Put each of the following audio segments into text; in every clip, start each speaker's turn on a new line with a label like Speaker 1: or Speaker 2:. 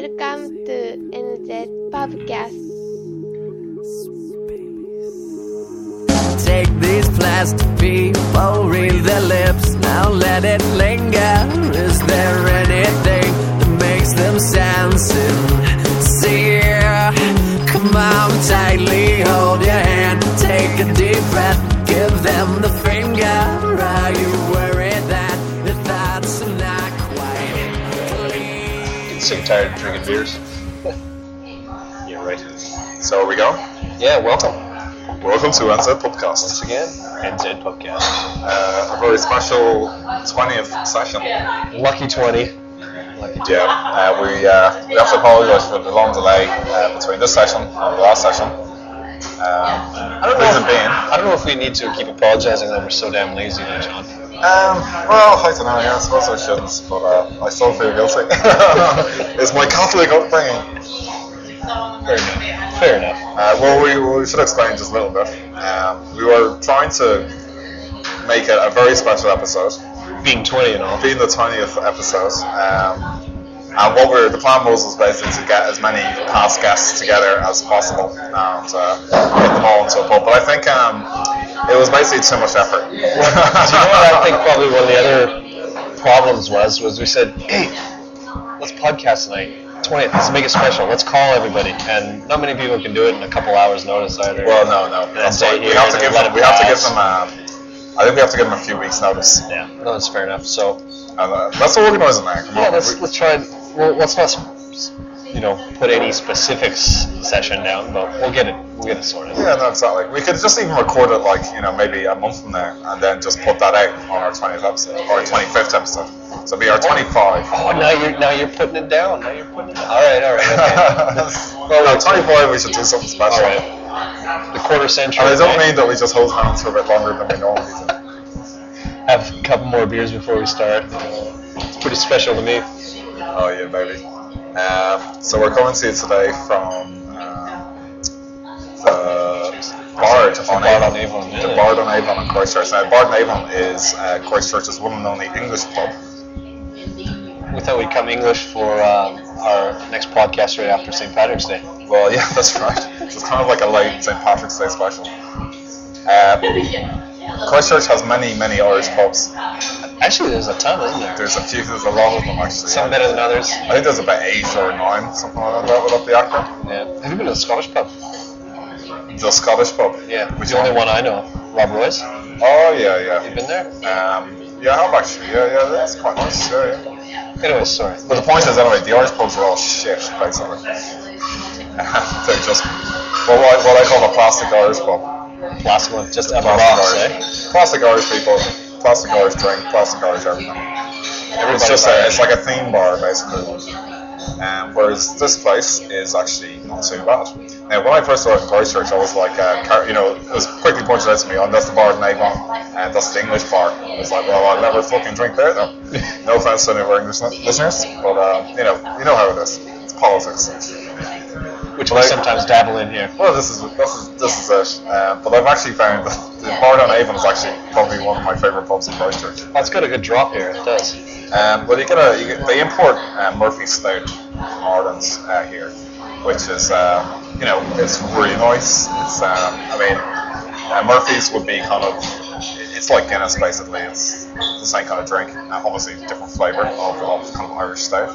Speaker 1: Welcome to NZ Podcast.
Speaker 2: Take these plastic people, read the lips. Now let it linger. Is there anything that makes them sound sincere? Come on, tightly hold your hand. Take a deep breath. Give them the finger. Are you worried that the thoughts are not quite clean?
Speaker 3: Getting sick and tired of drinking beers. yeah, right. So are we go? Yeah, welcome. Welcome to NZ Podcast. Once again, NZ Podcast. Uh, a very special 20th session. Lucky 20. Yeah, uh, we, uh, we have to apologize for the long delay uh, between this session and the last session. Um, I don't reason being,
Speaker 4: I don't know if we need to keep apologizing that we're so damn lazy, though, John.
Speaker 3: Um, well, I don't know. Yeah, I suppose I shouldn't, but uh, I still feel guilty. it's my Catholic upbringing.
Speaker 4: Fair enough. Fair enough.
Speaker 3: Uh, well, we, we should explain just a little bit. Um, we were trying to make it a very special episode,
Speaker 4: Being 20 and all.
Speaker 3: being the 20th episode. Um, and what we the plan was was basically to get as many past guests together as possible and uh, get them all into a pub. But I think um, it was basically too much effort.
Speaker 4: Do you know what I think probably one of the other problems was? Was we said, hey, let's podcast tonight. 20, let's make it special. Let's call everybody. And not many people can do it in a couple hours' notice either.
Speaker 3: Well, no, no.
Speaker 4: Yeah,
Speaker 3: That's why
Speaker 4: stay
Speaker 3: we have to
Speaker 4: here,
Speaker 3: give
Speaker 4: let
Speaker 3: them.
Speaker 4: it
Speaker 3: We have to give
Speaker 4: pass.
Speaker 3: them. um, I think we have to give them a few weeks' notice.
Speaker 4: yeah, no, that's fair enough. So,
Speaker 3: And, uh, let's organise it now. Come
Speaker 4: yeah,
Speaker 3: on.
Speaker 4: let's, let's try. and- Well, let's not, s- you know, put any specifics session down, but we'll get it. We'll get it sorted.
Speaker 3: yeah, no, exactly. We could just even record it like you know maybe a month from now, and then just put that out on our 20th episode or 25th episode. So it'll be our 25.
Speaker 4: Oh, now you're now you're putting it down. Now you're putting it. Down. All right, all right. Okay.
Speaker 3: well, no, 25. We should do something
Speaker 4: all
Speaker 3: special.
Speaker 4: right. The quarter century.
Speaker 3: And I don't
Speaker 4: okay?
Speaker 3: mean that we just hold hands for a bit longer than we normally do.
Speaker 4: have a couple more beers before we start. It's pretty special to me.
Speaker 3: Oh yeah, baby. Um, so we're coming to you today from um, the Bard on
Speaker 4: Bard on
Speaker 3: Avon.
Speaker 4: Avon,
Speaker 3: The
Speaker 4: yeah.
Speaker 3: Bard on Avon in Christchurch. Now, Bard on Avon is uh, Christchurch's one and only English pub.
Speaker 4: We thought we'd come English for um, our next podcast right after St. Patrick's Day.
Speaker 3: Well, yeah, that's right. It's kind of like a late St. Patrick's Day special. Um, Christchurch has many, many Irish pubs.
Speaker 4: Actually, there's a ton, isn't there?
Speaker 3: There's a few, there's a lot of them actually.
Speaker 4: Some better than others.
Speaker 3: I think there's about eight or nine, something like that, without the actor.
Speaker 4: Yeah. Have you been to the Scottish pub?
Speaker 3: The Scottish pub.
Speaker 4: Yeah.
Speaker 3: Which
Speaker 4: It's the only one I know. Rob Roy's. You
Speaker 3: Oh, yeah, yeah.
Speaker 4: been there?
Speaker 3: Um, yeah, I have actually. Yeah, yeah, that's quite nice. Yeah, yeah.
Speaker 4: Anyways, sorry.
Speaker 3: But the point is, anyway, the Irish pubs are all shit, basically. They're just, well, what, what I call a plastic Irish pub.
Speaker 4: Last one, just above us,
Speaker 3: Plastic Irish. Plastic
Speaker 4: eh?
Speaker 3: Irish people, plastic Irish drink, plastic Irish everything. It's just a, it's like a theme bar, basically. Um, whereas this place is actually not too bad. Now, when I first started in Christchurch, I was like, uh, car- you know, it was quickly pointed out to me, oh, that's the bar in Avon, and that's the English bar. I was like, well, I'll never fucking drink there, though. No offense to any of our English li- listeners, but, uh, you know, you know how it is. It's politics.
Speaker 4: Which we sometimes dabble in here.
Speaker 3: Well, this is this is this is it. Um, but I've actually found that the bar on Avon is actually probably one of my favourite pubs in Christchurch.
Speaker 4: That's got a good drop here. It does.
Speaker 3: Um, well, you get a, you get, they import uh, Murphy's Stout from Ireland uh, here, which is uh, you know it's really nice. It's um, I mean uh, Murphy's would be kind of it's like Guinness basically. It's the same kind of drink, uh, obviously different flavour of, of kind of Irish stout.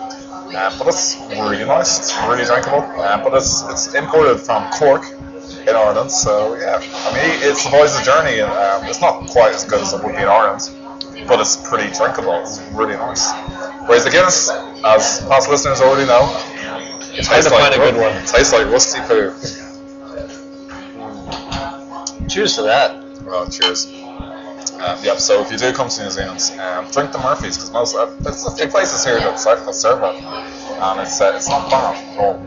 Speaker 3: Uh, but it's really nice. It's really drinkable. Uh, but it's it's imported from Cork in Ireland, so yeah. I mean, it survives the journey. and Um, it's not quite as good as it would be in Ireland but it's pretty drinkable. It's really nice. Whereas the Guinness, as past listeners already know, it
Speaker 4: hard
Speaker 3: tastes
Speaker 4: to
Speaker 3: like
Speaker 4: find a good one.
Speaker 3: It tastes like rusty poo.
Speaker 4: Cheers to that.
Speaker 3: Well, cheers. Um, yep. So if you do come to New Zealand, um, drink the Murphys because most uh, there's a few places here that serve that serve it, and it's uh, it's not bad at all.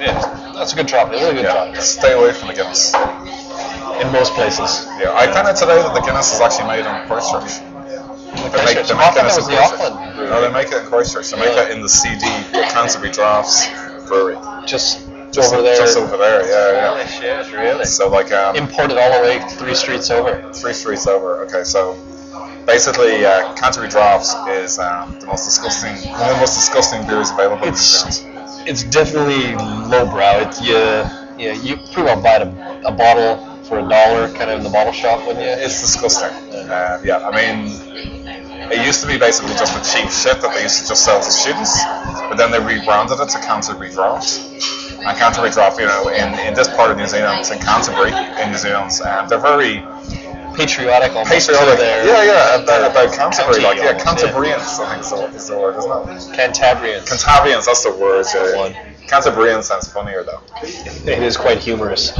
Speaker 4: Yeah, that's a good drop. Really good
Speaker 3: Yeah.
Speaker 4: drop.
Speaker 3: Stay away from the Guinness.
Speaker 4: In most places.
Speaker 3: Yeah. I found out today that the Guinness is actually made in Christchurch. They make, they
Speaker 4: Oh. Christchurch.
Speaker 3: make
Speaker 4: I thought
Speaker 3: Guinness
Speaker 4: that
Speaker 3: in
Speaker 4: was the
Speaker 3: Christchurch.
Speaker 4: Auckland
Speaker 3: No, they
Speaker 4: brewery.
Speaker 3: make it in Christchurch. They make it in the CD, the Canterbury Drafts Brewery.
Speaker 4: Just,
Speaker 3: Just
Speaker 4: over there.
Speaker 3: Just over there, yeah, yeah.
Speaker 4: shit, really?
Speaker 3: So like um,
Speaker 4: Imported all the way three streets over.
Speaker 3: three streets over. Okay, so basically, uh, Canterbury Draughts is um, the most disgusting, one of the most disgusting beers available. in New
Speaker 4: It's
Speaker 3: Zealand.
Speaker 4: it's definitely lowbrow. It's you, yeah, you pretty well buy a, a bottle for a dollar, kind of in the bottle shop, wouldn't you?
Speaker 3: It's disgusting. Uh, yeah, I mean, it used to be basically just a cheap shit that they used to just sell to students, but then they rebranded it to Canterbury Draft. And Canterbury Draft, you know, in, in this part of New Zealand, it's in Canterbury, in New Zealand, and they're very
Speaker 4: patriotic, almost
Speaker 3: patriotic.
Speaker 4: There.
Speaker 3: Yeah, yeah, about, about Canterbury. Like,
Speaker 4: County
Speaker 3: yeah,
Speaker 4: almost,
Speaker 3: Canterburyans, I think is the- is the word, isn't it?
Speaker 4: Cantabrians.
Speaker 3: Cantabrians, that's the word. Yeah. Canterburyans sounds funnier, though.
Speaker 4: It is quite humorous.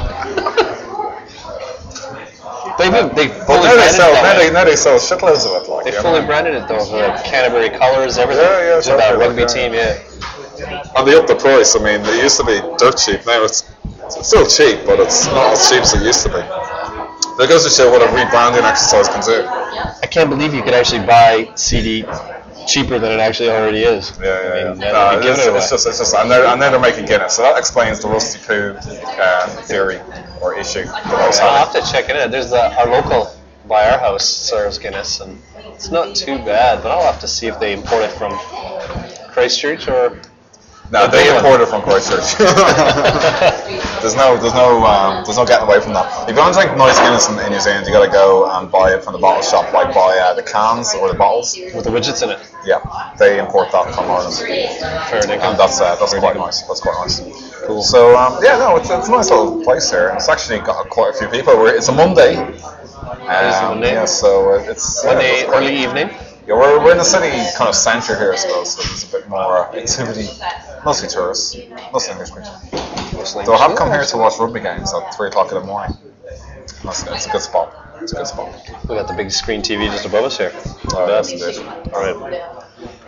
Speaker 4: they have they fully
Speaker 3: Now they
Speaker 4: branded
Speaker 3: sell,
Speaker 4: it
Speaker 3: now
Speaker 4: that
Speaker 3: they,
Speaker 4: way.
Speaker 3: now they sell shitloads of it. Like,
Speaker 4: They
Speaker 3: you know.
Speaker 4: fully branded it though for like Canterbury colors, everything.
Speaker 3: Yeah, yeah,
Speaker 4: it's about
Speaker 3: exactly,
Speaker 4: rugby
Speaker 3: yeah.
Speaker 4: team, yeah.
Speaker 3: And they upped the price. I mean, it used to be dirt cheap. Now it's, it's still cheap, but it's not as cheap as it used to be. That goes to show what a rebranding exercise can do.
Speaker 4: I can't believe you could actually buy CD cheaper than it actually already is.
Speaker 3: Yeah,
Speaker 4: I
Speaker 3: yeah,
Speaker 4: mean,
Speaker 3: yeah.
Speaker 4: now they've
Speaker 3: No, it's,
Speaker 4: given it away.
Speaker 3: it's just, it's just, and they're, and then they're making Guinness. So that explains the rusty poo um, theory or issue that I was
Speaker 4: I'll have
Speaker 3: having.
Speaker 4: to check it out. There's the, our local by our house serves Guinness, and it's not too bad. But I'll have to see if they import it from Christchurch or
Speaker 3: No, they imported it from Christchurch. there's no, there's no, um, there's no getting away from that. If you want to drink nice Guinness in, in New Zealand, you got to go and buy it from the bottle shop, like buy uh, the cans or the bottles.
Speaker 4: with the widgets in it.
Speaker 3: Yeah, they import that from Ireland.
Speaker 4: Fair dinkum.
Speaker 3: And that's uh, that's quite nice. That's quite nice. Cool. So um, yeah, no, it's, it's a nice little place here. It's actually got quite a few people. We're, it's a Monday. Um,
Speaker 4: Monday.
Speaker 3: yeah, so it's yeah,
Speaker 4: Monday
Speaker 3: it's quite-
Speaker 4: early evening.
Speaker 3: Yeah, we're, we're in the city kind of centre here, I suppose. So there's a bit more activity. Mostly tourists, mostly English people. So I have come here to watch rugby games at three o'clock in the morning. That's, it's a good spot. It's a good spot.
Speaker 4: We got the big screen TV just above us here.
Speaker 3: Oh, that's indeed.
Speaker 4: All right.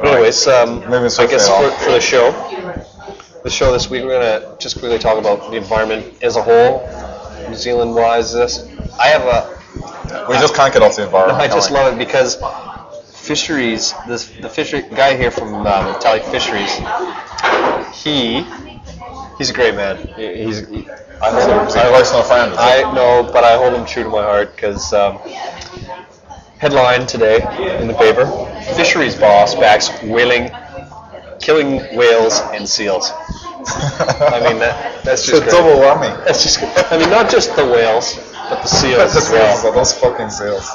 Speaker 4: Anyways, um,
Speaker 3: Moving
Speaker 4: I
Speaker 3: swiftly
Speaker 4: guess for,
Speaker 3: on.
Speaker 4: for the show, the show this week, we're gonna just quickly talk about the environment as a whole, New Zealand wise. This I have a
Speaker 3: We just can't get off the environment.
Speaker 4: I just
Speaker 3: can we?
Speaker 4: love it because fisheries. This the fisher guy here from um, Tally Fisheries. He he's a great man. He- He's I hold him.
Speaker 3: He's a personal friend. isn't he?
Speaker 4: I know, but I hold him true to my heart because um, headline today in the paper: fisheries boss backs whaling, killing whales and seals. I mean that
Speaker 3: it's
Speaker 4: that's
Speaker 3: a
Speaker 4: just great.
Speaker 3: double whammy.
Speaker 4: That's just. Great. I mean not just the whales, but the seals
Speaker 3: That's
Speaker 4: as
Speaker 3: just
Speaker 4: well.
Speaker 3: racist, those fucking seals.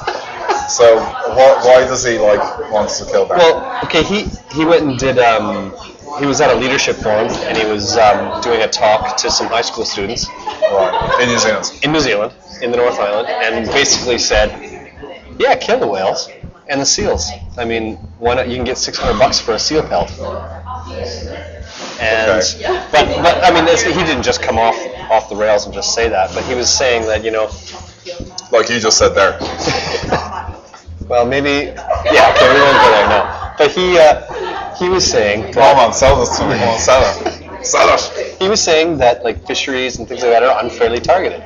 Speaker 3: So why, why does he like wants to kill them?
Speaker 4: Well, okay, he he went and did. Um, he was at a leadership forum and he was um, doing a talk to some high school students
Speaker 3: right. in New Zealand.
Speaker 4: in New Zealand, in the North Island, and basically said, "Yeah, kill the whales and the seals. I mean, why not? You can get 600 bucks for a seal pelt." And
Speaker 3: Okay.
Speaker 4: but, but I mean, this, he didn't just come off off the rails and just say that, but he was saying that you know,
Speaker 3: Like you just said there.
Speaker 4: well, maybe yeah, okay, we won't go there now. But he uh, he was saying.
Speaker 3: Come on, sell this to me. Come on, sell it. Sell it.
Speaker 4: he was saying that like fisheries and things like that are unfairly targeted.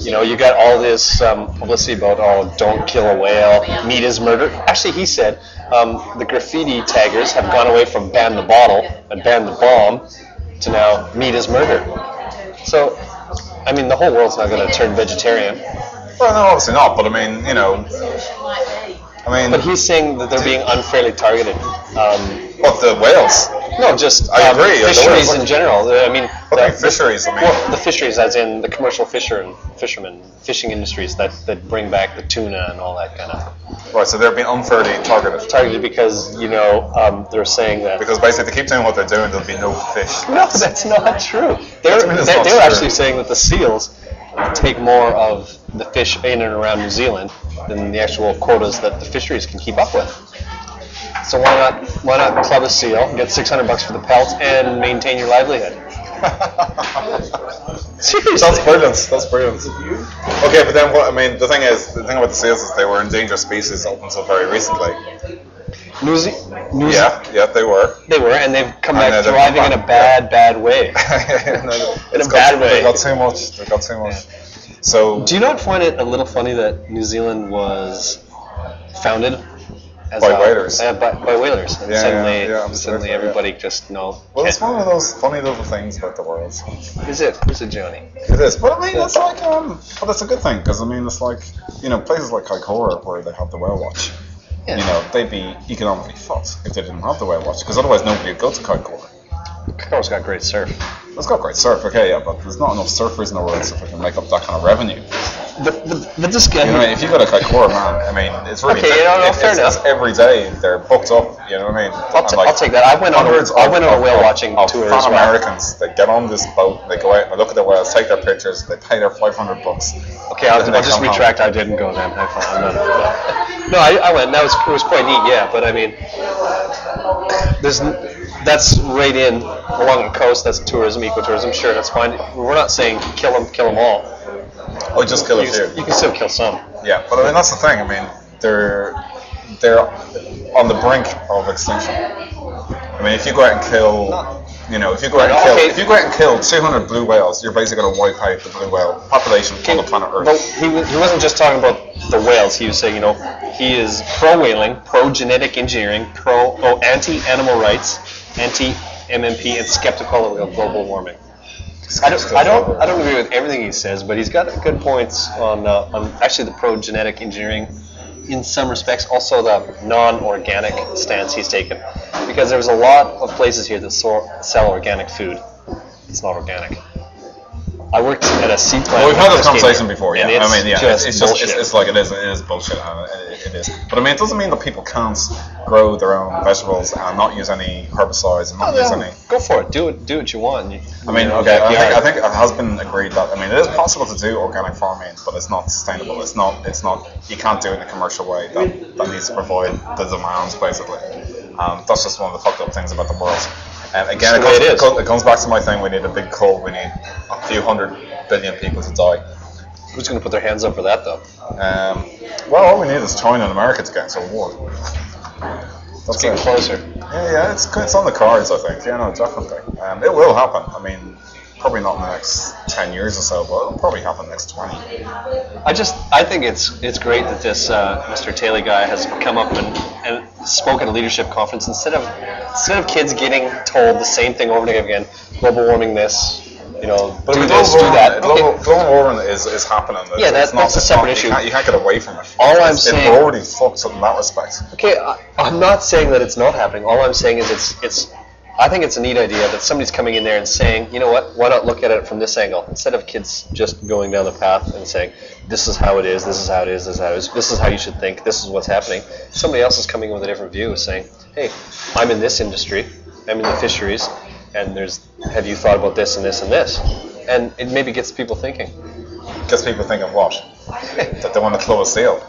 Speaker 4: You know, you got all this um, publicity about oh, don't kill a whale, meat is murder. Actually, he said um, the graffiti taggers have gone away from ban the bottle and ban the bomb to now meat is murder. So, I mean, the whole world's not going to turn vegetarian.
Speaker 3: Well, no, obviously not. But I mean, you know, I mean,
Speaker 4: But he's saying that they're being unfairly targeted. Um,
Speaker 3: what the whales?
Speaker 4: no, just
Speaker 3: I
Speaker 4: um,
Speaker 3: agree, the whales-
Speaker 4: fisheries in general. I mean,
Speaker 3: What the
Speaker 4: the-
Speaker 3: fisheries? I mean,
Speaker 4: Well, the fisheries, as in the commercial fisher and fishermen, fishing industries that, that bring back the tuna and all that kind of
Speaker 3: right? So they're being unfairly targeted
Speaker 4: targeted because you know um, they're saying that.
Speaker 3: because basically if they keep doing what they're doing. There'll be no fish.
Speaker 4: No, that's not true. They're
Speaker 3: That's- I mean, that's
Speaker 4: they,
Speaker 3: not
Speaker 4: they're
Speaker 3: true.
Speaker 4: actually saying that the seals take more of the fish in and around New Zealand than the actual quotas that the fisheries can keep up with. So why not why not club a seal, get 600 bucks for the pelt, and maintain your livelihood? Seriously.
Speaker 3: That's brilliant. That's brilliant. Okay, but then what? I mean, the thing is, the thing about the seals is they were endangered species up until very recently.
Speaker 4: New Ze- New Ze-
Speaker 3: Yeah, yeah, they were.
Speaker 4: They were, and they've come
Speaker 3: I
Speaker 4: back
Speaker 3: know, they've
Speaker 4: thriving
Speaker 3: come
Speaker 4: in a
Speaker 3: back,
Speaker 4: bad, bad way.
Speaker 3: in
Speaker 4: a bad way.
Speaker 3: They got too much. They got too much. So
Speaker 4: Do you not find it a little funny that New Zealand was founded as
Speaker 3: By
Speaker 4: a-
Speaker 3: whalers.
Speaker 4: uh, by, by whalers, and
Speaker 3: Yeah,
Speaker 4: suddenly,
Speaker 3: yeah, yeah,
Speaker 4: suddenly
Speaker 3: absolutely, yeah.
Speaker 4: everybody just no.
Speaker 3: well, it's
Speaker 4: can't-
Speaker 3: one of those funny little things about the world.
Speaker 4: Is it? Is it Johnny?
Speaker 3: It is, but I mean, it's like, um, but it's a good thing because I mean, it's like you know, places like Kaikoura where they have the whale watch.
Speaker 4: Yeah.
Speaker 3: You know, they'd be economically fucked if they didn't have the whale watch because otherwise nobody would go to Kaikoura.
Speaker 4: Chicago's got great surf.
Speaker 3: Let's go great surf, okay, yeah, but there's not enough surfers in the world so if we can make up that kind of revenue.
Speaker 4: But, but, but this guy.
Speaker 3: You know, what I mean? if you go to Kaikoura, man, I mean, it's really
Speaker 4: Okay, you know, no,
Speaker 3: it's,
Speaker 4: fair
Speaker 3: it's- it's
Speaker 4: enough.
Speaker 3: every day they're booked up. You know what I mean?
Speaker 4: I'll, t-
Speaker 3: And, like,
Speaker 4: I'll take that. I went on.
Speaker 3: hundreds
Speaker 4: A, I went on
Speaker 3: of-
Speaker 4: a whale
Speaker 3: of-
Speaker 4: watching
Speaker 3: of
Speaker 4: tour
Speaker 3: Pan
Speaker 4: as well.
Speaker 3: Americans, they get on this boat, they go out, and look at the whales, take their pictures, they pay their 500 bucks.
Speaker 4: Okay, I'll,
Speaker 3: and then
Speaker 4: I'll
Speaker 3: they
Speaker 4: just
Speaker 3: come home.
Speaker 4: retract. I didn't go then. I thought, I'm not, no, I, I went. and That was it was quite neat. Yeah, but I mean, there's n- that's right in along the coast. That's tourism, ecotourism. Sure, that's fine. We're not saying kill them, kill them all.
Speaker 3: Oh, just kill a
Speaker 4: You,
Speaker 3: few.
Speaker 4: you can still kill some.
Speaker 3: Yeah, but I mean that's the thing. I mean they're they're on the brink of extinction. I mean if you go out and kill, you know, if you go out and kill,
Speaker 4: Okay.
Speaker 3: if you go out and kill 200 blue whales, you're basically going to wipe out the blue whale population on the planet
Speaker 4: But
Speaker 3: Earth.
Speaker 4: he, wa- he wasn't just talking about the whales. He was saying, you know, he is pro whaling, pro genetic engineering, pro oh, anti animal rights, anti MMP, and skeptical of global warming. I don't, I don't, I don't agree with everything he says, but he's got good points on, uh, on actually the pro genetic engineering. In some respects, also the non-organic stance he's taken, because there's a lot of places here that sell, sell organic food. It's not organic. I worked at a seed plant.
Speaker 3: Well, we've
Speaker 4: when I
Speaker 3: had this
Speaker 4: first came
Speaker 3: conversation
Speaker 4: here,
Speaker 3: before, yeah.
Speaker 4: and it's
Speaker 3: I mean, yeah,
Speaker 4: just
Speaker 3: it's, it's just it's,
Speaker 4: bullshit.
Speaker 3: it's like it is, it is bullshit, and it, it is. But I mean, it doesn't mean that people can't grow their own vegetables and not use any herbicides and not use
Speaker 4: Oh, Yeah,
Speaker 3: any
Speaker 4: Go for it. Do it. Do what you want. You-
Speaker 3: I mean,
Speaker 4: you know,
Speaker 3: okay, I think, I
Speaker 4: backyard.
Speaker 3: think it has been agreed that I mean it is possible to do organic farming, but it's not sustainable. It's not. It's not. You can't do it in a commercial way that, that needs to provide the demands basically. Um, that's just one of the fucked up things about the world. And again,
Speaker 4: It's
Speaker 3: it
Speaker 4: the way
Speaker 3: comes,
Speaker 4: it
Speaker 3: it,
Speaker 4: is.
Speaker 3: comes, it comes back to my thing. We need a big call. We need a few hundred billion people to die.
Speaker 4: Who's going to put their hands up for that though?
Speaker 3: Um, well, all we need is China and America to get into a war.
Speaker 4: Let's
Speaker 3: That's
Speaker 4: get
Speaker 3: it.
Speaker 4: closer.
Speaker 3: Yeah, yeah, it's it's on the cards, I think. Yeah, no, definitely. Um, it will happen. I mean, probably not in the next ten years or so, but it'll probably happen next twenty.
Speaker 4: I just I think it's it's great that this uh, Mr. Taylor guy has come up and, and spoke at a leadership conference instead of instead of kids getting told the same thing over and over again. Global warming, this, you know,
Speaker 3: But I
Speaker 4: do
Speaker 3: mean,
Speaker 4: this, do
Speaker 3: global warming,
Speaker 4: that. Okay.
Speaker 3: global, global warming is, is happening. It's-
Speaker 4: Yeah, that-
Speaker 3: it's not-
Speaker 4: that's a
Speaker 3: it's not-
Speaker 4: separate
Speaker 3: you
Speaker 4: issue.
Speaker 3: Can't, you can't get away from it.
Speaker 4: All I'm
Speaker 3: it's,
Speaker 4: saying-
Speaker 3: it's already fucked up in that respect.
Speaker 4: Okay, I, I'm not saying that it's not happening. All I'm saying is it's it's. I think it's a neat idea that somebody's coming in there and saying, you know what? Why not look at it from this angle instead of kids just going down the path and saying, this is how it is, this is how it is, this is how it is, this is how you should think, this is what's happening. Somebody else is coming in with a different view, saying, hey, I'm in this industry, I'm in the fisheries, and there's have you thought about this and this and this? And it maybe gets people thinking.
Speaker 3: Gets people thinking what that they want to close a seal.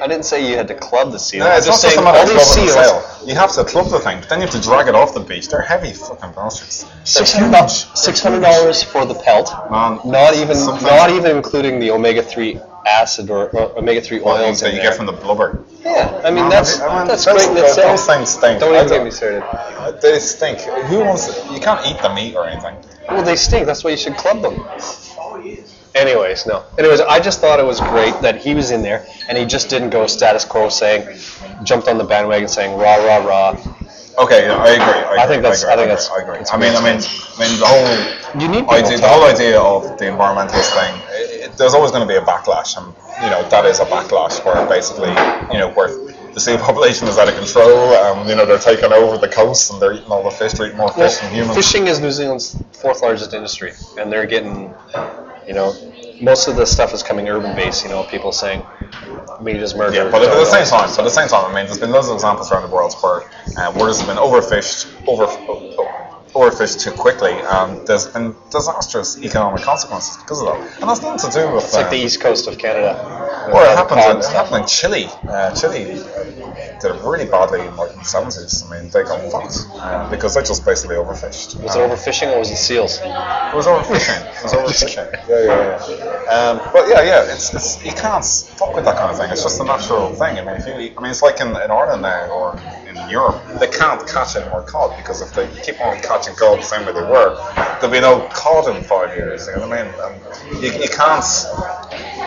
Speaker 4: I didn't say you had to club the seal.
Speaker 3: No,
Speaker 4: I'm
Speaker 3: it's
Speaker 4: just
Speaker 3: not just
Speaker 4: saying
Speaker 3: a matter
Speaker 4: all
Speaker 3: of
Speaker 4: these
Speaker 3: clubbing a
Speaker 4: seals.
Speaker 3: seal. You have to club the thing, but then you have to drag it off the beach. They're heavy fucking bastards.
Speaker 4: Six hundred dollars. Six hundred dollars for the pelt.
Speaker 3: Man,
Speaker 4: Not even.
Speaker 3: something-
Speaker 4: Not even including the omega three acid or, or omega three oils
Speaker 3: that
Speaker 4: in
Speaker 3: you
Speaker 4: there.
Speaker 3: get from the blubber.
Speaker 4: yeah, I mean
Speaker 3: Man,
Speaker 4: that's
Speaker 3: I mean,
Speaker 4: that's
Speaker 3: those-
Speaker 4: great in itself.
Speaker 3: Those things stink.
Speaker 4: Don't
Speaker 3: I
Speaker 4: even get me started.
Speaker 3: They stink. Who wants? You can't eat the meat or anything.
Speaker 4: Well, they stink. That's why you should club them. Anyways, no. Anyways, I just thought it was great that he was in there and he just didn't go status quo saying, jumped on the bandwagon saying rah rah rah.
Speaker 3: Okay, yeah, I agree. I, agree,
Speaker 4: think that's-
Speaker 3: I,
Speaker 4: I
Speaker 3: agree,
Speaker 4: think that's-
Speaker 3: I agree.
Speaker 4: it's
Speaker 3: I mean, I mean, I mean, the whole
Speaker 4: You need people
Speaker 3: idea,
Speaker 4: to-
Speaker 3: Oh, the whole idea of the environmentalist thing. It, it, there's always going to be a backlash, and you know that is a backlash where basically, you know, where the sea population is out of control, and you know they're taking over the coast and they're eating all the fish, they're eating more
Speaker 4: Well,
Speaker 3: fish than humans.
Speaker 4: fishing is New Zealand's fourth largest industry, and they're getting, you know, most of the stuff is coming urban based. You know, people saying meat is murder.
Speaker 3: Yeah, but at
Speaker 4: don't
Speaker 3: the
Speaker 4: know.
Speaker 3: same time, but at the same time, I mean, there's been loads of examples around the world where uh, waters have been overfished, over overfished too quickly, and there's been disastrous economic consequences because of that. And that's nothing to do with.
Speaker 4: it's like the
Speaker 3: uh,
Speaker 4: east coast of Canada.
Speaker 3: well, it
Speaker 4: happens.
Speaker 3: happened, in, it happened in Chile. Uh, Chile did it really badly in like, the 70s. I mean, they got fucked uh, because they just basically overfished. Uh,
Speaker 4: Was it overfishing or was it seals?
Speaker 3: It was overfishing. It was overfishing. Yeah, yeah, yeah. Um, but yeah, yeah, it's, it's you can't fuck with that kind of thing. It's just a natural thing. I mean, if you, I mean, it's like in, in Ireland now or in Europe, they can't catch any more cod because if they keep on catching cod the same way they were, there'll be no cod in five years. You know what I mean? And you, you can't.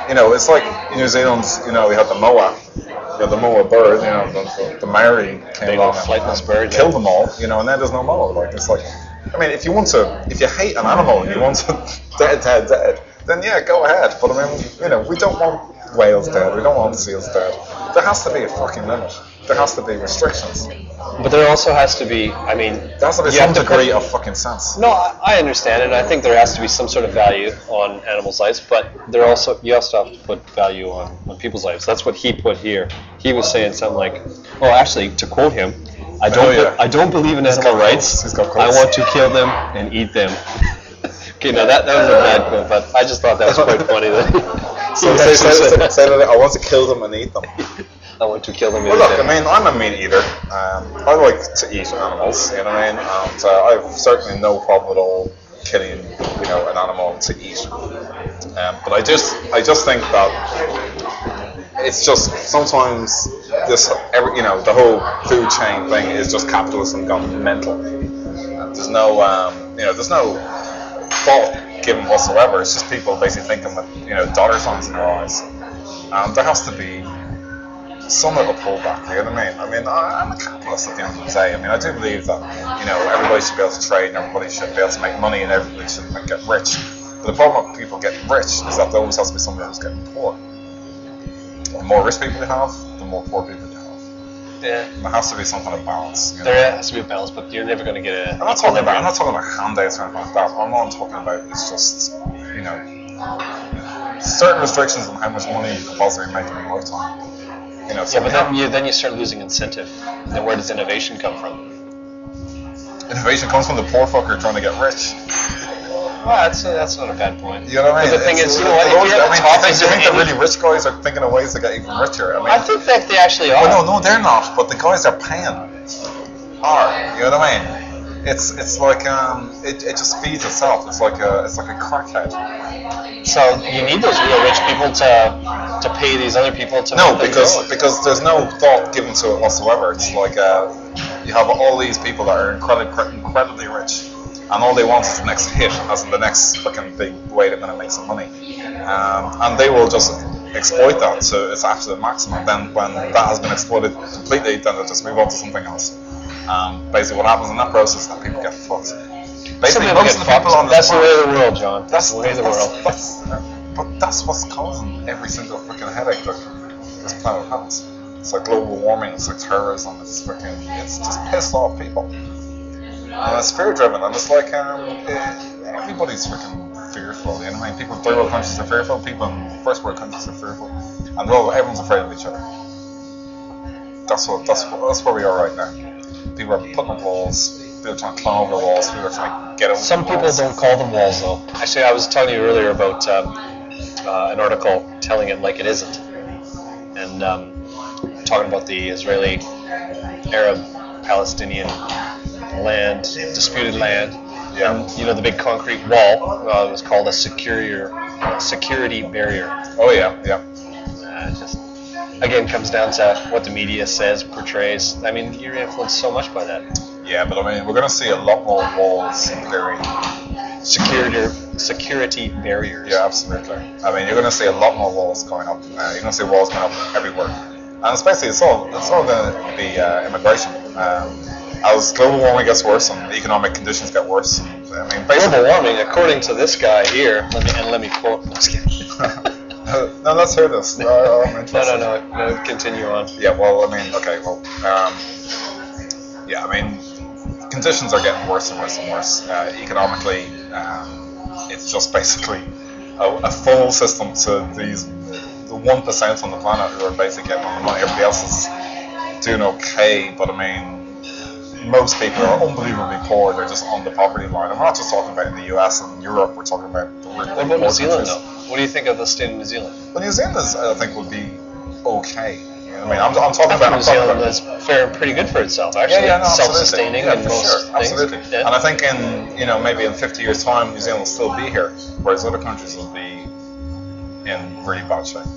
Speaker 3: You know, it's like in New Zealand's. You know, we had the moa. You know, the moa bird, you know, the, the Maori came
Speaker 4: Big
Speaker 3: along
Speaker 4: old
Speaker 3: and-
Speaker 4: flightless bird.
Speaker 3: kill them all, you know, and then there's no moral. Like it's like, I mean, if you want to, if you hate an animal and you want to dead, dead, dead, then yeah, go ahead. But I mean, you know, we don't want whales dead. We don't want seals dead. There has to be a fucking limit. There has to be restrictions.
Speaker 4: But there also has to be, I mean,
Speaker 3: There has to be
Speaker 4: you
Speaker 3: some
Speaker 4: have to put-
Speaker 3: degree of fucking sense.
Speaker 4: No, I I understand, and I think there has to be some sort of value on animals' lives, but there also you also have to put value on, on people's lives. That's what he put here. He was saying something like, "Well, actually, to quote him, I don't,
Speaker 3: Oh, yeah.
Speaker 4: be- I don't believe in animal
Speaker 3: got
Speaker 4: rights.
Speaker 3: quotes. He's got
Speaker 4: I
Speaker 3: quotes.
Speaker 4: want to kill them and eat them." okay, now that, that was a bad quote, but I just thought that was quite funny. That
Speaker 3: So
Speaker 4: he
Speaker 3: they
Speaker 4: said-
Speaker 3: said, they said that I want to kill them and eat them.
Speaker 4: I want to kill them and
Speaker 3: Well,
Speaker 4: eat
Speaker 3: look, I
Speaker 4: them.
Speaker 3: mean, I'm a meat eater. Um, I like to eat animals, you know what I mean? And uh, I've certainly no problem at all killing, you know, an animal to eat. Um, but I just, I just think that it's just sometimes this, every, you know, the whole food chain thing is just capitalism gone mental. There's no, um, you know, there's no thought given whatsoever. It's just people basically thinking with, you know, dollar signs in their eyes. Um, there has to be some of a pullback. You know what I mean? I mean, I, I'm a capitalist at the end of the day. I mean, I do believe that you know everybody should be able to trade and everybody should be able to make money and everybody should like, get rich. But the problem with people getting rich is that there always has to be somebody who's getting poor. The more rich people you have, the more poor people you have. um,
Speaker 4: Yeah,
Speaker 3: There has to be some kind of balance. You know?
Speaker 4: there has to be a balance, but you're never going to get a.
Speaker 3: I'm not talking about I'm not talking about handouts or anything like that. All I'm talking about is just you know certain restrictions on how much money you can possibly make in a lifetime. You know, so
Speaker 4: Yeah,
Speaker 3: we
Speaker 4: but
Speaker 3: have-
Speaker 4: then you then you start losing incentive. Then where does innovation come from?
Speaker 3: Innovation comes from the poor fucker trying to get rich.
Speaker 4: Well, that's that's not a bad point.
Speaker 3: You know what I mean?
Speaker 4: But the thing
Speaker 3: It's-
Speaker 4: is, you know what? If
Speaker 3: those-
Speaker 4: you have
Speaker 3: I mean, I
Speaker 4: topics
Speaker 3: think, I think
Speaker 4: of
Speaker 3: the really
Speaker 4: any-
Speaker 3: rich guys are thinking of ways to get even richer. I mean,
Speaker 4: I think that they actually are.
Speaker 3: well, no, no, they're not. But the guys are paying are. You know what I mean? It's it's like um, it, it just feeds itself. It's like a it's like a crackhead.
Speaker 4: So you need those real rich people to to pay these other people to.
Speaker 3: No,
Speaker 4: make them
Speaker 3: because
Speaker 4: grow.
Speaker 3: because there's no thought given to it whatsoever. It's like uh, you have all these people that are incredibly incredibly rich, and all they want is the next hit, as in the next fucking big way they're gonna make some money, um, and they will just exploit that to its absolute maximum. Then when that has been exploited completely, then they'll just move on to something else. Um, basically, what happens in that process is that people get fucked.
Speaker 4: Some
Speaker 3: Basically,
Speaker 4: people
Speaker 3: most
Speaker 4: get
Speaker 3: of the people
Speaker 4: fucked.
Speaker 3: on this
Speaker 4: that's the
Speaker 3: planet-
Speaker 4: way of the world, John. That's
Speaker 3: that's
Speaker 4: the way of the world.
Speaker 3: That's, that's, but that's what's causing every single freaking headache that this planet has. It's like global warming, it's like terrorism, it's freaking, it's just pissed off people. And it's fear driven, and it's like um, eh, everybody's freaking fearful, you know what I mean? People in third world countries are fearful, people in first world countries are fearful, and they're all, everyone's afraid of each other. That's what, that's, what, that's where we are right now. People are putting up walls, people are trying to climb over walls, people are trying to get over
Speaker 4: Some people
Speaker 3: walls.
Speaker 4: don't call them walls, though. Actually, I was telling you earlier about um, uh, an article telling it like it isn't, and um, talking about the Israeli Arab Palestinian land disputed land.
Speaker 3: Yeah.
Speaker 4: And, you know the big concrete wall uh, was called a secure security barrier.
Speaker 3: Oh yeah, yeah.
Speaker 4: Uh, it just again comes down to what the media says, portrays. I mean, you're influenced so much by that.
Speaker 3: Yeah, but I mean, we're going to see a lot more walls appearing.
Speaker 4: Security security barriers.
Speaker 3: Yeah, absolutely. I mean, you're going to see a lot more walls going up. Uh, you're going to see walls going up everywhere. And especially, it's all, it's all going to be uh, immigration. Um, as global warming gets worse and economic conditions get worse, I mean,
Speaker 4: Global
Speaker 3: basically.
Speaker 4: warming, according to this guy here, let me and let me quote. No, just kidding.
Speaker 3: no, let's hear this. No, I'm
Speaker 4: no, no,
Speaker 3: interested.
Speaker 4: no, no. Continue on.
Speaker 3: Yeah, well, I mean, okay, well, um, yeah, I mean, conditions are getting worse and worse and worse. Uh, economically, um, it's just basically a, a full system to these the one percent on the planet who are basically getting all the money. Everybody else is doing okay, but I mean, most people are unbelievably poor. They're just on the poverty line. I'm not just talking about in the U.S. and Europe. We're talking about the really
Speaker 4: What about
Speaker 3: poor
Speaker 4: New
Speaker 3: countries.
Speaker 4: Zealand, though? What do you think of the state of New Zealand?
Speaker 3: Well, New Zealand, is, I think, would be okay. I mean, I'm, I'm talking
Speaker 4: I
Speaker 3: about
Speaker 4: think New
Speaker 3: I'm talking
Speaker 4: Zealand
Speaker 3: about-
Speaker 4: is faring pretty good for itself, actually.
Speaker 3: yeah, yeah, no, absolutely.
Speaker 4: Self-sustaining
Speaker 3: yeah,
Speaker 4: in
Speaker 3: for
Speaker 4: most
Speaker 3: sure.
Speaker 4: things.
Speaker 3: Absolutely.
Speaker 4: Yeah.
Speaker 3: And I think in you know maybe in 50 years' time, New Zealand will still be here, whereas other countries will be in really bad shape.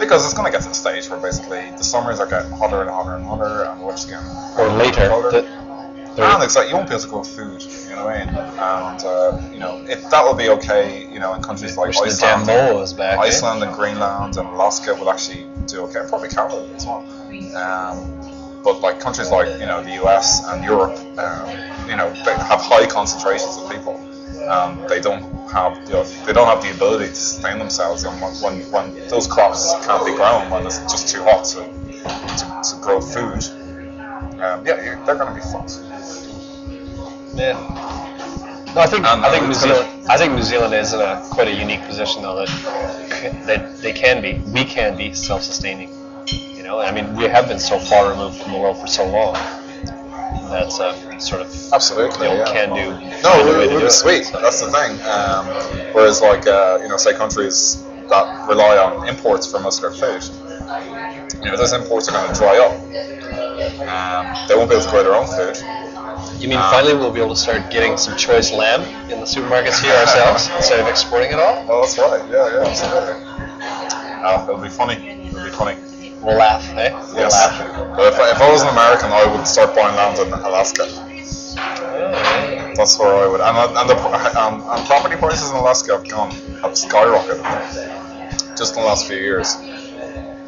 Speaker 3: Because it's going to get to the stage where basically the summers are getting hotter and hotter and hotter, and we're just getting
Speaker 4: or later.
Speaker 3: colder.
Speaker 4: the- there-
Speaker 3: And it's like you won't be able to grow food, you know what I mean? And uh, you know if that will be okay, you know, in countries like
Speaker 4: wish the damn
Speaker 3: Iceland,
Speaker 4: mole was back. eh?
Speaker 3: Iceland and Greenland and Alaska will actually do okay. Probably Canada as well. Um, but like countries like you know the US and Europe, um, you know they have high concentrations of people. Um, they don't have you know, they don't have the ability to sustain themselves. And when, when, when those crops can't be grown when it's just too hot to, to, to grow food, um, yeah, you, they're going to be fun.
Speaker 4: Yeah. No, I think
Speaker 3: Um,
Speaker 4: I think New
Speaker 3: it's gonna-
Speaker 4: Zealand I think New Zealand is in a quite a unique position though that that they can be we can be self-sustaining. You know, I mean we have been so far removed from the world for so long. That's uh, sort of
Speaker 3: Absolutely,
Speaker 4: the old
Speaker 3: yeah.
Speaker 4: can-do.
Speaker 3: No, we're,
Speaker 4: way to
Speaker 3: we're
Speaker 4: do it.
Speaker 3: just sweet.
Speaker 4: So-
Speaker 3: That's the thing. Um, whereas, like uh, you know, say countries that rely on imports for most of their food, you know, those imports are going to dry up. Um, they won't be able to grow their own food.
Speaker 4: You mean finally we'll be able to start getting some choice lamb in the supermarkets here ourselves instead of exporting it all?
Speaker 3: Well, Oh, that's right. Yeah, yeah, absolutely. Oh, it'll be funny. It'll be funny.
Speaker 4: We'll laugh, eh? We'll
Speaker 3: Yes.
Speaker 4: laugh.
Speaker 3: But if, I- if I was an American, I would start buying land in Alaska.
Speaker 4: Oh,
Speaker 3: That's where I would. And, and the um, and property prices in Alaska have gone have skyrocketed just in the last few years.
Speaker 4: yeah.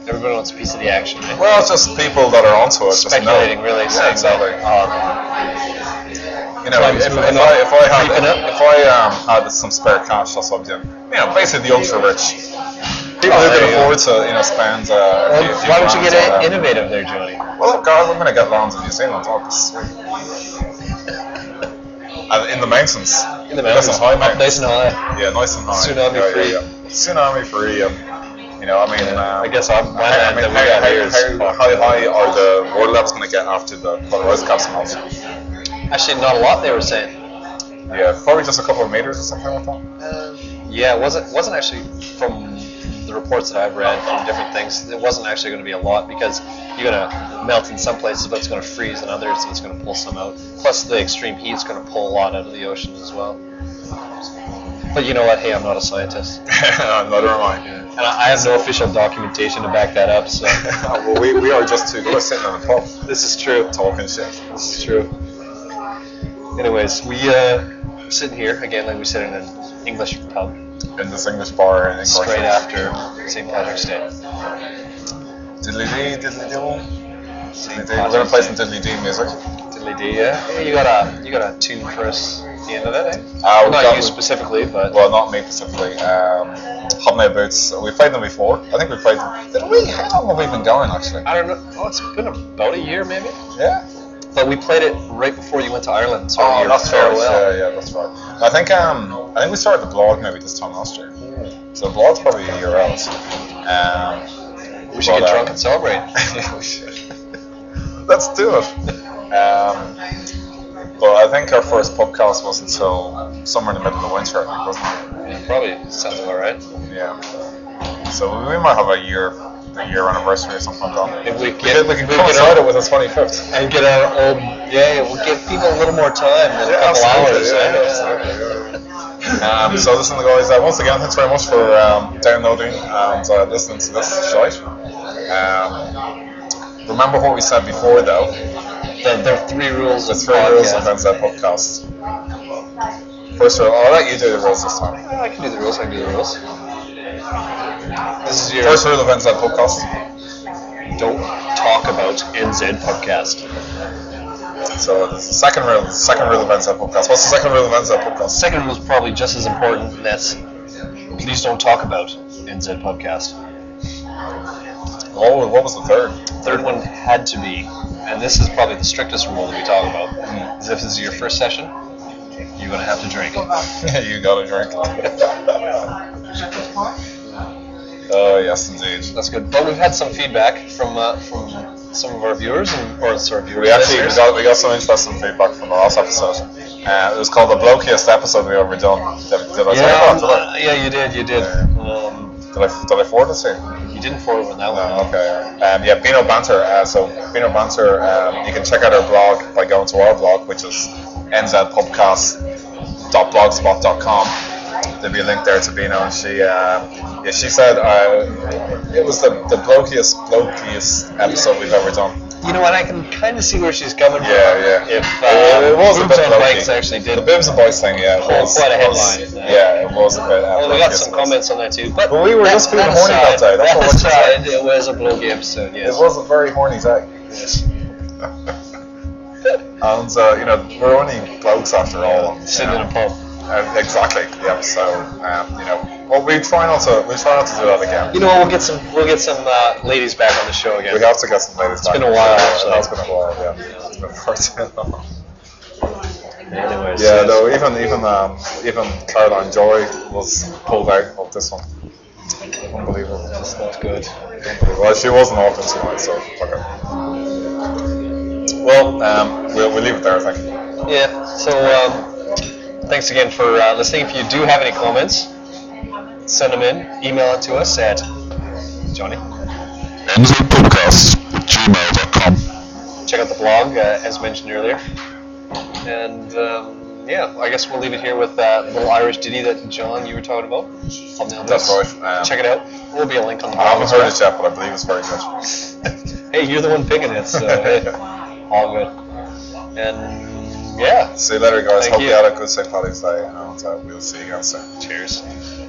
Speaker 4: Everybody wants a piece of the action, eh?
Speaker 3: Well, it's just people that are onto it. Just know.
Speaker 4: Speculating, really.
Speaker 3: Yeah,
Speaker 4: saying that,
Speaker 3: exactly.
Speaker 4: oh,
Speaker 3: You know, if, if, I, if I had if I um, had some spare cash, that's what I'm doing. You know, basically the ultra rich. People
Speaker 4: Oh,
Speaker 3: who
Speaker 4: there
Speaker 3: can
Speaker 4: you
Speaker 3: afford to, you know, spend. Uh, a few,
Speaker 4: Why
Speaker 3: few
Speaker 4: don't
Speaker 3: grand
Speaker 4: you
Speaker 3: on
Speaker 4: get
Speaker 3: that.
Speaker 4: in- innovative there, Johnny?
Speaker 3: Well, look, guys, I'm gonna get lands in New Zealand. Oh, that's sweet. And in the mountains.
Speaker 4: In the mountains,
Speaker 3: Nice and high
Speaker 4: up nice
Speaker 3: mountains.
Speaker 4: and high.
Speaker 3: Yeah, nice and high.
Speaker 4: Tsunami
Speaker 3: Yeah, yeah,
Speaker 4: free.
Speaker 3: yeah. Tsunami free. Um, you know, I mean, um,
Speaker 4: I guess I'm glad
Speaker 3: I
Speaker 4: that
Speaker 3: mean,
Speaker 4: we got here is
Speaker 3: how, how, how, how high are the water levels gonna get after the when the rose caps melt?
Speaker 4: Actually, not a lot. They were saying.
Speaker 3: Yeah, probably just a couple of meters or something like that.
Speaker 4: Yeah, it wasn't wasn't actually from the reports that I've read from different things. It wasn't actually going to be a lot because you're going to melt in some places, but it's going to freeze in others, and it's going to pull some out. Plus, the extreme heat is going to pull a lot out of the ocean as well. But you know what? Hey, I'm not a scientist,
Speaker 3: Neither am I.
Speaker 4: and I I have no official documentation to back that up. So
Speaker 3: Oh, well, we, we are just two guys sitting on the pub
Speaker 4: this is true.
Speaker 3: talking shit.
Speaker 4: This is true. Anyways, we uh, we're sitting here again, like we said, in an English pub,
Speaker 3: in this English bar and
Speaker 4: straight after St. Patrick's Day.
Speaker 3: Diddly dee, diddly doo. Diddly
Speaker 4: St.
Speaker 3: dee. We're gonna play some diddly dee music.
Speaker 4: diddly dee. Yeah, Hey, you got a you got a tune for us at the end of it, eh?
Speaker 3: Uh,
Speaker 4: Well,
Speaker 3: we've
Speaker 4: not
Speaker 3: got-
Speaker 4: you specifically, but
Speaker 3: Well, not me specifically. Um, Hobnail Boots. We played them before. I think we played them. Did we? How long have we been going actually?
Speaker 4: I don't know. Oh, it's been about a year maybe.
Speaker 3: Yeah.
Speaker 4: But we played it right before you went to Ireland, so
Speaker 3: Oh,
Speaker 4: your
Speaker 3: that's right.
Speaker 4: farewell.
Speaker 3: Yeah, yeah, that's right. I think um, I think we started the blog maybe this time last year. So the blog's probably a year out. Um,
Speaker 4: We should
Speaker 3: Well,
Speaker 4: get
Speaker 3: uh,
Speaker 4: drunk and celebrate.
Speaker 3: yeah, we should. Let's do it. Um, but I think our first podcast was until somewhere in the middle of the winter. I think wasn't it?
Speaker 4: Yeah, probably sounds about right.
Speaker 3: Yeah. So we might have a year, a year anniversary or something like that.
Speaker 4: If we
Speaker 3: We
Speaker 4: get
Speaker 3: can, we can
Speaker 4: we get
Speaker 3: coincide it with the 25th.
Speaker 4: and get our old yeah, we'll give people a little more time than a couple hours.
Speaker 3: yeah,
Speaker 4: eh?
Speaker 3: absolutely, yeah. Um, so listen, guys. Uh, once again, thanks very much for um, downloading and uh, listening to this shite. Um, remember what we said before, though.
Speaker 4: The, the three rules
Speaker 3: The
Speaker 4: of
Speaker 3: three
Speaker 4: podcast.
Speaker 3: rules of Benzel podcast. First rule. oh, I'll let you do the rules this time.
Speaker 4: I can do the rules. I can do the rules. This is your
Speaker 3: First rule of Benzel podcast.
Speaker 4: don't talk about NZ podcast.
Speaker 3: So the second rule, the second rule of Benzel podcast. What's the second rule of Benzel podcast?
Speaker 4: Second rule is probably just as important. And that's please don't talk about NZ podcast.
Speaker 3: Oh, what was the third?
Speaker 4: Third one had to be, and this is probably the strictest rule that we talk about. Is if this is your first session, you're gonna have to drink.
Speaker 3: you gotta drink. oh yes, indeed.
Speaker 4: That's good. But we've had some feedback from uh, from some of our viewers and or sorry, viewers.
Speaker 3: We actually we
Speaker 4: listeners.
Speaker 3: got we got some interesting feedback from the last episode. Uh, it was called the blokiest episode we ever done. Did, did I
Speaker 4: yeah,
Speaker 3: tell you that?
Speaker 4: uh, yeah, you did, you did. Um,
Speaker 3: Did I, did I did I forward it to you?
Speaker 4: you didn't forward on that one.
Speaker 3: No, okay. Um, yeah, Beano Banter. Uh, so Beano Banter, um, you can check out our blog by going to our blog, which is nzpodcast.blogspot.com. There'll be a link there to Beano, and she, uh, yeah, she said uh, it was the, the blokiest, blokiest episode we've ever done.
Speaker 4: You know what? I can kind of see where she's coming from.
Speaker 3: Yeah, yeah.
Speaker 4: If uh,
Speaker 3: it was a
Speaker 4: boobs
Speaker 3: bit
Speaker 4: on
Speaker 3: blokey.
Speaker 4: bikes actually did.
Speaker 3: The boobs and bikes thing, yeah, it was
Speaker 4: Quite a
Speaker 3: it was-
Speaker 4: headline.
Speaker 3: Yeah, it was a bit. Uh,
Speaker 4: Well, we got
Speaker 3: blokiest
Speaker 4: some
Speaker 3: episode.
Speaker 4: comments on that too. But,
Speaker 3: But we were
Speaker 4: that,
Speaker 3: just being
Speaker 4: that
Speaker 3: horny
Speaker 4: aside,
Speaker 3: that day, that's
Speaker 4: that
Speaker 3: what we're
Speaker 4: aside, it was a blogy episode. Yes.
Speaker 3: It was a very horny day.
Speaker 4: Yes.
Speaker 3: And uh, you know, we're only blokes after all. you
Speaker 4: Sitting
Speaker 3: know.
Speaker 4: in a pub.
Speaker 3: Uh, exactly. Yeah. So um, you know, well, we try not to. We try not to do that again.
Speaker 4: You know what? We'll get some. We'll get some uh, ladies back on the show again.
Speaker 3: We have to get some ladies. It's
Speaker 4: been a while, actually.
Speaker 3: It's been a while. Yeah. unfortunately.
Speaker 4: Anyways,
Speaker 3: Yeah,
Speaker 4: yes.
Speaker 3: no, even even um, even Caroline Joy was pulled out of this one. Unbelievable.
Speaker 4: That's not good.
Speaker 3: Well, she wasn't often too much, so fuck it. Well, um, we'll, we'll leave it there, I think.
Speaker 4: Yeah. So um, thanks again for uh, listening. If you do have any comments, send them in. Email it to us at Johnny.
Speaker 3: Podcast, gmail.com.
Speaker 4: Check out the blog uh, as mentioned earlier. And um, yeah, I guess we'll leave it here with that little Irish ditty that John you were talking about. Thumbnail
Speaker 3: That's
Speaker 4: this.
Speaker 3: right, um,
Speaker 4: Check it out. There'll be a link on the
Speaker 3: I
Speaker 4: blog.
Speaker 3: haven't
Speaker 4: as
Speaker 3: heard
Speaker 4: well.
Speaker 3: it yet, but I believe it's very good.
Speaker 4: hey, you're the one picking it, so hey, all good. And yeah,
Speaker 3: See you later, guys.
Speaker 4: Thank
Speaker 3: Hope
Speaker 4: you.
Speaker 3: you had a good St. Patrick's Day, and uh, we'll see you again soon. Cheers.